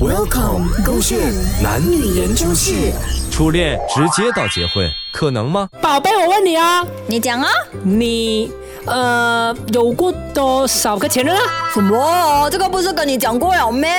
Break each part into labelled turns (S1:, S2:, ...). S1: Welcome，勾线男女研究室。
S2: 初恋直接到结婚，可能吗？
S3: 宝贝，我问你啊，
S4: 你讲啊，
S3: 你呃有过多少个前任啊？
S4: 什么？这个不是跟你讲过了咩？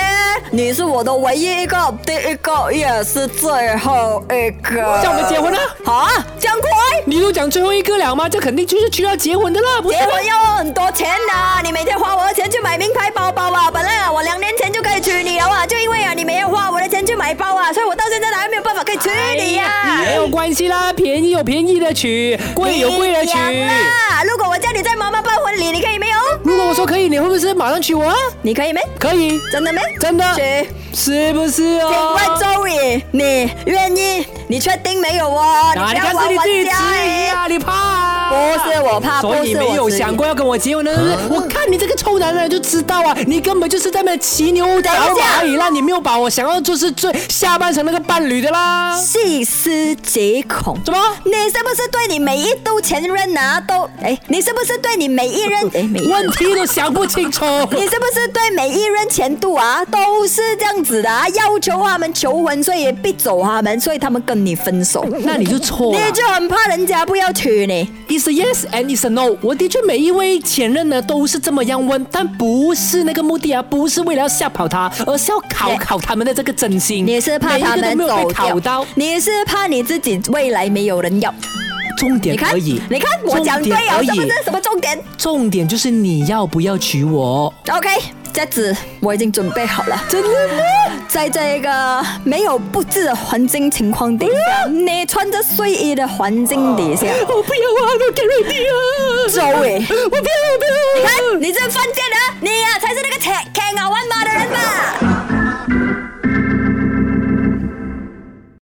S4: 你是我的唯一一个，第一个也是最后一个。
S3: 叫我们结婚啊？
S4: 啊，这样快？
S3: 你都讲最后一个了吗？这肯定就是需要结婚的啦，不是
S4: 结
S3: 吗？
S4: 婚要很多钱的、啊你每天花我的钱去买名牌包包啊！本来啊，我两年前就可以娶你了啊，就因为啊你没有花我的钱去买包啊，所以我到现在还没有办法可以娶你啊呀、
S3: 没哎有关系啦，便宜有便宜的娶，贵有贵的娶。
S4: 你讲啦如果我叫你在妈妈办婚礼，你可以没有？
S3: 如果我说可以，你会不会是马上娶我啊？
S4: 你可以没？
S3: 可以，
S4: 真的没？
S3: 真的
S4: 娶。
S3: 是不是
S4: 请
S3: 哦？
S4: 问周宇，你愿意？你确定没有哦？
S3: 啊，
S4: 不
S3: 你
S4: 要
S3: 看是
S4: 玩
S3: 你
S4: 玩
S3: 自己
S4: 家
S3: 迟疑
S4: 哎
S3: 啊，你怕啊？
S4: 不是我怕，
S3: 所
S4: 不
S3: 以
S4: 是
S3: 没
S4: 我
S3: 有
S4: 迟疑
S3: 想过。要跟我结婚的，对不对？
S4: 啊
S3: 我看你这个臭男人就知道啊，你根本就是在那骑牛找
S4: 等一下
S3: 马而已啦，你没有把我想要就是最下半程那个伴侣的啦。
S4: 细思极恐，
S3: 什么？
S4: 你是不是对你每一都前任啊都哎？你是不是对你每一任哎每一任
S3: 问题都想不清 楚。
S4: 你是不是对每一任前度啊都是这样子的啊？要求他们求婚，所以也必走他们，所以他们跟你分手，
S3: 那你就错了
S4: 你。就很怕人家不要娶你。
S3: It's a yes and it's a no。我的确每一位前任呢都是这么样问，但不是那个目的啊，不是为了要吓跑他，而是要考
S4: 对
S3: 考他们的这个真心。
S4: 你是怕他
S3: 每一
S4: 们
S3: 个都没有
S4: 走
S3: 被考
S4: 掉
S3: 到，
S4: 你是怕你自己未来没有人要。
S3: 重点
S4: 你看，
S3: 而已。
S4: 你看我讲对
S3: 重点
S4: 了，
S3: 而
S4: 是不
S3: 已
S4: 是？什么重点
S3: 重点就是你要不要娶我？
S4: ？OK，这子我已经准备好了。
S3: 真的吗？
S4: 在这个没有布置的环境情况底下，你穿着睡衣的环境底下，
S3: 我不要啊！我给瑞迪啊！
S4: 周伟
S3: 我不要，我不要！
S4: 啊看你这犯贱的，你呀、才是那个铁铁脑弯马的人吧？